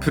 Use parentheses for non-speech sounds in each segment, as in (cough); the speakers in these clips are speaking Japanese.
プ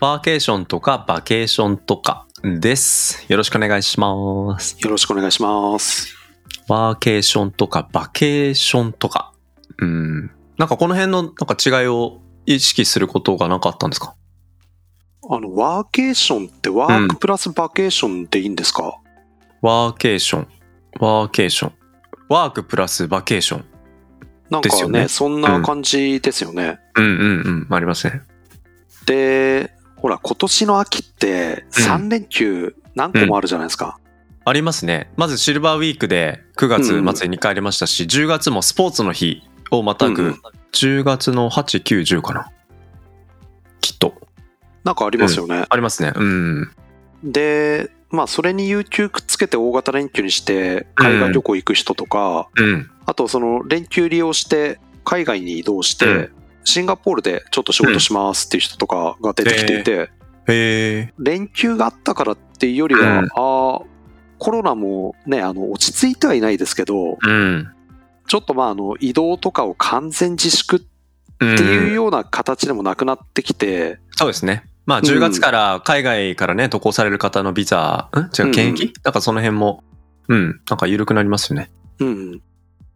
バーケーションとかバケーションとかです。よろしくお願いします。よろしくお願いします。ワーケーションとかバケーションとか。うん。なんかこの辺のなんか違いを意識することがなかったんですかあの、ワーケーションってワークプラスバケーションでいいんですか、ワーケーション。ワーケーション。ワークプラスバケーション。なんですかよねねそんな感じですよね。うんうんうん。ありますね。で、ほら、今年の秋ってうん3連休何個もあるじゃないですか。ありますね。まずシルバーウィークで9月末に2回ありましたし、10月もスポーツの日をまたうんうぐん、 10月の8、9、10かな。きっと。なんかありますよね。ありますね。うん。で、まあ、それに有給くっつけて大型連休にして、海外旅行行く人とか、うん。あとその連休利用して、海外に移動して、うんシンガポールでちょっと仕事しますっていう人とかが出てきていて、へえ。連休があったからっていうよりは、うんあーコロナもね、あの、落ち着いてはいないですけど、うん。ちょっとまあ、あの、移動とかを完全自粛っうんていうような形でもなくなってきて、そうですね。まあ、10月から海外からね、渡航される方のビザ、ん違うう、ん検疫なんかその辺も、うん、なんか緩くなりますよね。うん。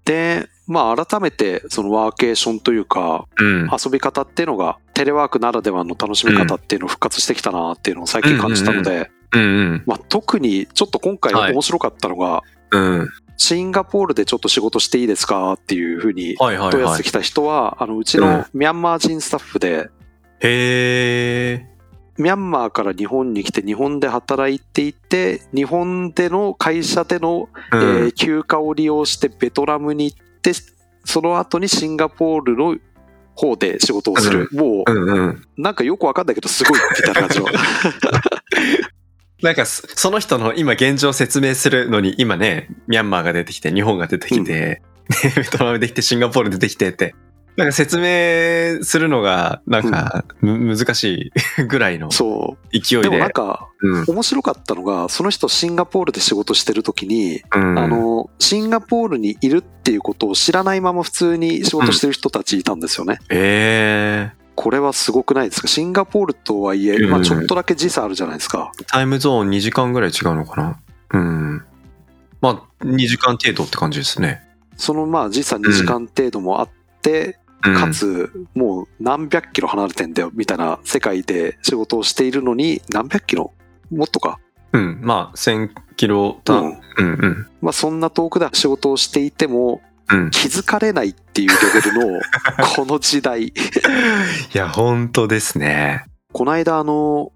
で、まあ、改めて、そのワーケーションというか、うん。遊び方っていうのが、テレワークならではの楽しみ方っていうのを復活してきたなっていうのを最近感じたので、うんまあ、特にちょっと今回はい面白かったのが、うん。うん。シンガポールでちょっと仕事していいですかっていうふうにはいはい問い合わはせてい。きた人は、あの、うちうんのミャンマー人スタッフで、へえ。ミャンマーから日本に来て、日本で働いていて、日本での会社での、うえーん。休暇を利用してベトナムに行って、その後にシンガポールの方で仕事をする。もうんうん。う、なんかよくわかんないけど、すごいみたいな感 (laughs) じの。なんかそ、その人の今現状を説明するのに、今ね、ミャンマーが出てきて、日本が出てきて、でベトナムできて、シンガポール出てきてって、なんか説明するのが、なんか、む難しい (laughs) ぐらいのそ。勢いうで。でもなんか、うん。面白かったのが、その人シンガポールで仕事してる時に、うんあ、の、シンガポールにいるっていうことを知らないまま普通に仕事してる人たちいたんですよね。ええこれはすごくないですかシンガポールとはいえ、うんまあ、ちょっとだけ時差あるじゃないですか。タイムゾーン2時間ぐらい違うのかなうん。まあ、2時間程度って感じですね。そのまあ時差2時間程度もあって、うん、かつもう何百キロ離れてんだよみたいな世界で仕事をしているのに、何百キロもっとか。うん。まあ、1000キロう単、うん、んうんうん。まあ、そんな遠くで仕事をしていても気づかれないっていうレベ (laughs) ルのこの時代。いや、本当ですね。この間あの、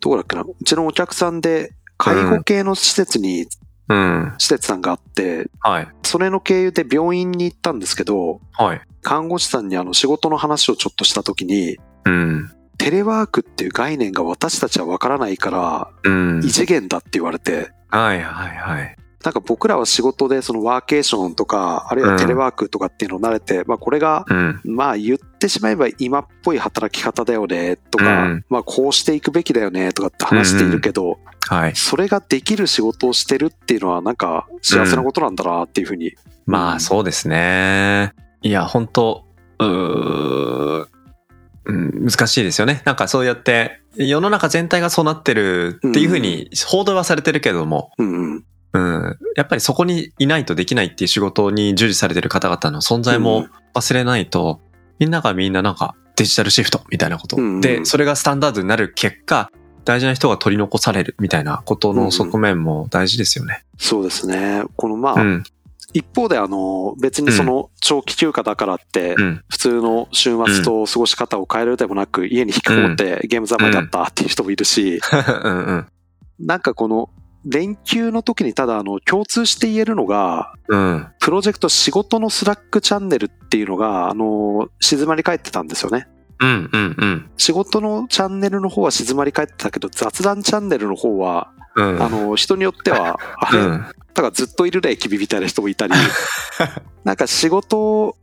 どこだっけな、うちのお客さんで介護系の施設に、うん。施設さんがあって、はい。それの経由で病院に行ったんですけど、はい。看護師さんにあの仕事の話をちょっとした時に、うん。テレワークっていう概念が私たちはわからないから、うん。異次元だって言われて、はいはいはい。なんか僕らは仕事でそのワーケーションとか、あるいはテレワークとかっていうのを慣れて、まあこれが、うん。まあ言ってしまえば今っぽい働き方だよねとか、うんまあこうしていくべきだよねとかって話しているけど、はい。それができる仕事をしてるっていうのはなんか幸せなことなんだなっていうふうに。まうあ、んそうですね。いや、本当うーうん、難しいですよね。なんかそうやって、世の中全体がそうなってるっていうふうに報道はされてるけども、うんうん。うん。やっぱりそこにいないとできないっていう仕事に従事されてる方々の存在うもん忘れないと、みんながみんななんかデジタルシフトみたいなこと。うんで、それがスタンダードになる結果、大事な人が取り残されるみたいなことうんうのん側面も大事ですよね。そうですね。このまあ、うん。一方であの、別にその長期休暇だからってう、ん。 (laughs) 普通の週末と過ごし方を変えるでもなく、家に引きこもってゲーム三昧だったっていう人もいるし、うんうん。なんかこの連休の時にただあの共通して言えるのが、うん。プロジェクト仕事のスラックチャンネルっていうのが、あの、静まり返ってたんですよね。うんうんうん。仕事のチャンネルの方は静まり返ってたけど、雑談チャンネルの方は、うん。あの、人によっては、あうれ、ん。だからずっといるね、君みたいな人もい (laughs) たり、なんか仕事、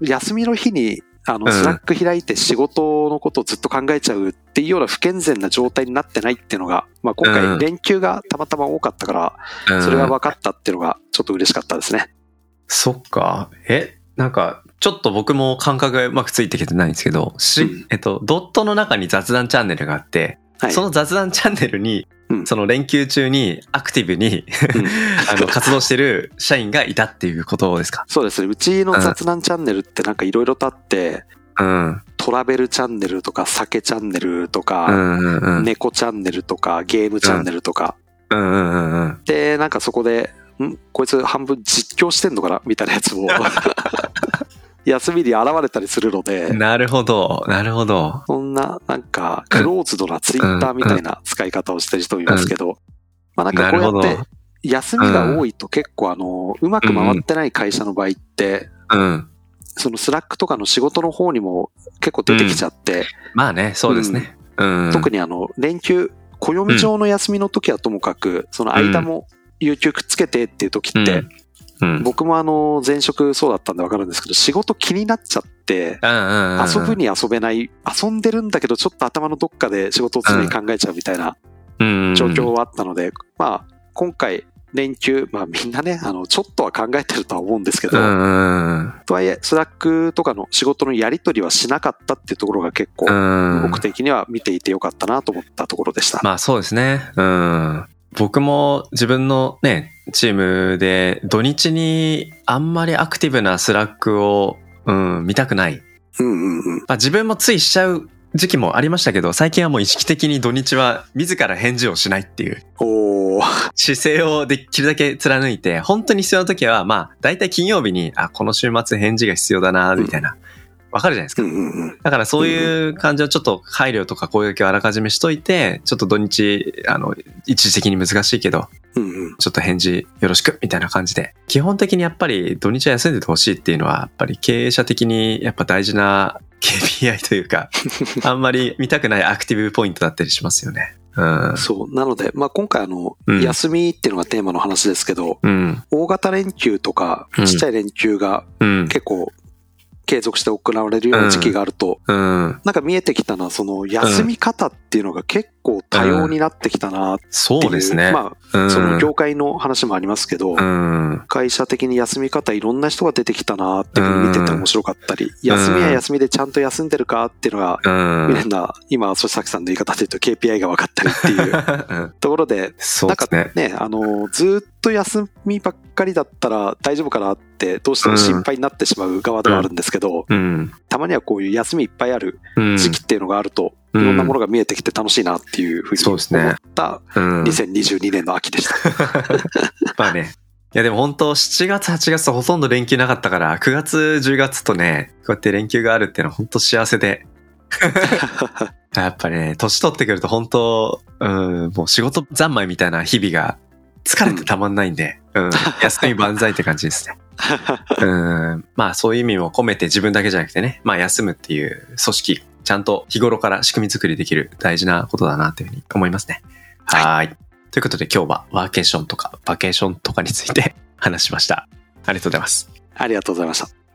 うん。休みの日に、あうの、んスラック開いて仕事のことをずっと考えちゃうっていうような不健全な状態になってないっていうのが、まあう今ん回連休がたまたま多かったから、うんそれが分かったっていうのがちょっと嬉しかったですね。そっか。えなんか、ちょっと僕も感覚がうまくついてきてないんですけど、し、うんえっと、ドットの中に雑談チャンネルがあって、はい。その雑談チャンネルに、うんその連休中にアクティブに、うん (laughs) あの、活動してる社員がいたっていうことですかそうですね。うちの雑談チャンネルってなんかいろいろとあって、うん。トラベルチャンネルとか酒チャンネルとうか、んうんうん。猫チャンネルとか、ゲームチャンネルとか。うんうんうんうん。で、なんかそこで、んこいつ半分実況してんのかなみたいなや (laughs) つも。休みに現れたりするので、なるほど。なるほど。そんな、なんか、クローズドなツイッターみたいな使い方をしてる人もいますけど、まあなんなかるこほうど。やって、休みが多いと結構あの、うまく回ってない会社の場合って、うん。そのスラックとかの仕事の方にも結構出てきちゃって、まあね、そうですね。うん。特にあの連休暦上の休みの時はともかく、その間も有給くっつけてっていう時って、うん、うん。僕もあの前職そうだったんでわかるんですけど仕事気になっちゃってうんうんうん。遊ぶに遊べない遊んでるんだけどちょっと頭のどっかで仕事を常に考えちゃうみたいなうん状況はあったので、まあ今回連休、まあみんなね、あの、ちょっとは考えてるとは思うんですけうど、んうんとはいえ、スラックとかの仕事のやり取りはしなかったっていうところが結構、うん。うん僕。的には見ていてよかったなと思ったところでした。まあそうですね。うん。僕も自分のね、チームで土日にあんまりアクティブなスラックを、うん、見たくない。うんうんうん。まあ自分もついしちゃう時期もありましたけど、最近はもう意識的に土日は自ら返事をしないっていうおお、姿勢をできるだけ貫いて、本当に必要な時は、まあ大体金曜日に、あ、この週末返事が必要だな、みたいな。わかるじゃないですか (laughs) うんうんうん。だからそういう感じをちょっと配慮とか声掛けをあらかじめしといて、ちょっと土日、あの、一時的に難しいけど、うんうん。ちょっと返事よろしくみたいな感じで。基本的にやっぱり土日は休んでてほしいっていうのは、やっぱり経営者的にやっぱ大事 (laughs) な (laughs) KPI というか、あんまり見たくないアクティブポイントだったりしますよね。うん。そう。なので、まあ、今回あの、うん休みっていうのがテーマの話ですけど、うん。大型連休とか、うんちっちゃい連休がうん。結構継続して行われるような時期があると、うん。なんか見えてきたのは、その休み方っていうのが結構多様になってきたなってそいう。うですね。まうあ、ん。その業界の話もありますけど、うん。会社的に休み方いろんな人が出てきたなっていうのを見てて面白かったり、休みは休みでちゃんと休んでるかっていうのが、うん。みんな、今、そしさきさんの言い方で言うと KPI が分かったりっていう (laughs) うんところで、そうですね。ね、あの、ずーっと休みばっかりだったら大丈夫かなって、どうしても心配になってしまう側ではあるんですけど、うん。たまにはこういう休みいっぱいあるうん。時期っていうのがあると、うんいろんなものが見えてきて楽しいなっていうふうにそう思ですねったうん2022年の秋でした。 (laughs) まあね。いやでも本当7月8月とほとんど連休なかったから9月10月とねこうやって連休があるっていうのは本当幸せ (laughs) でやっぱりね年取ってくると本当うんもう仕事三昧みたいな日々が疲れてたまんないんで、うん、休み万歳って感じ (laughs) ですねうんまあそういう意味も込めて自分だけじゃなくてねまあ休むっていう組織ちゃんと日頃から仕組み作りできる大事なことだなというふうに思いますねはいはいということで今日はワー (laughs) ケーションとかバケーションとかについて話しました。ありがとうございます。ありがとうございました。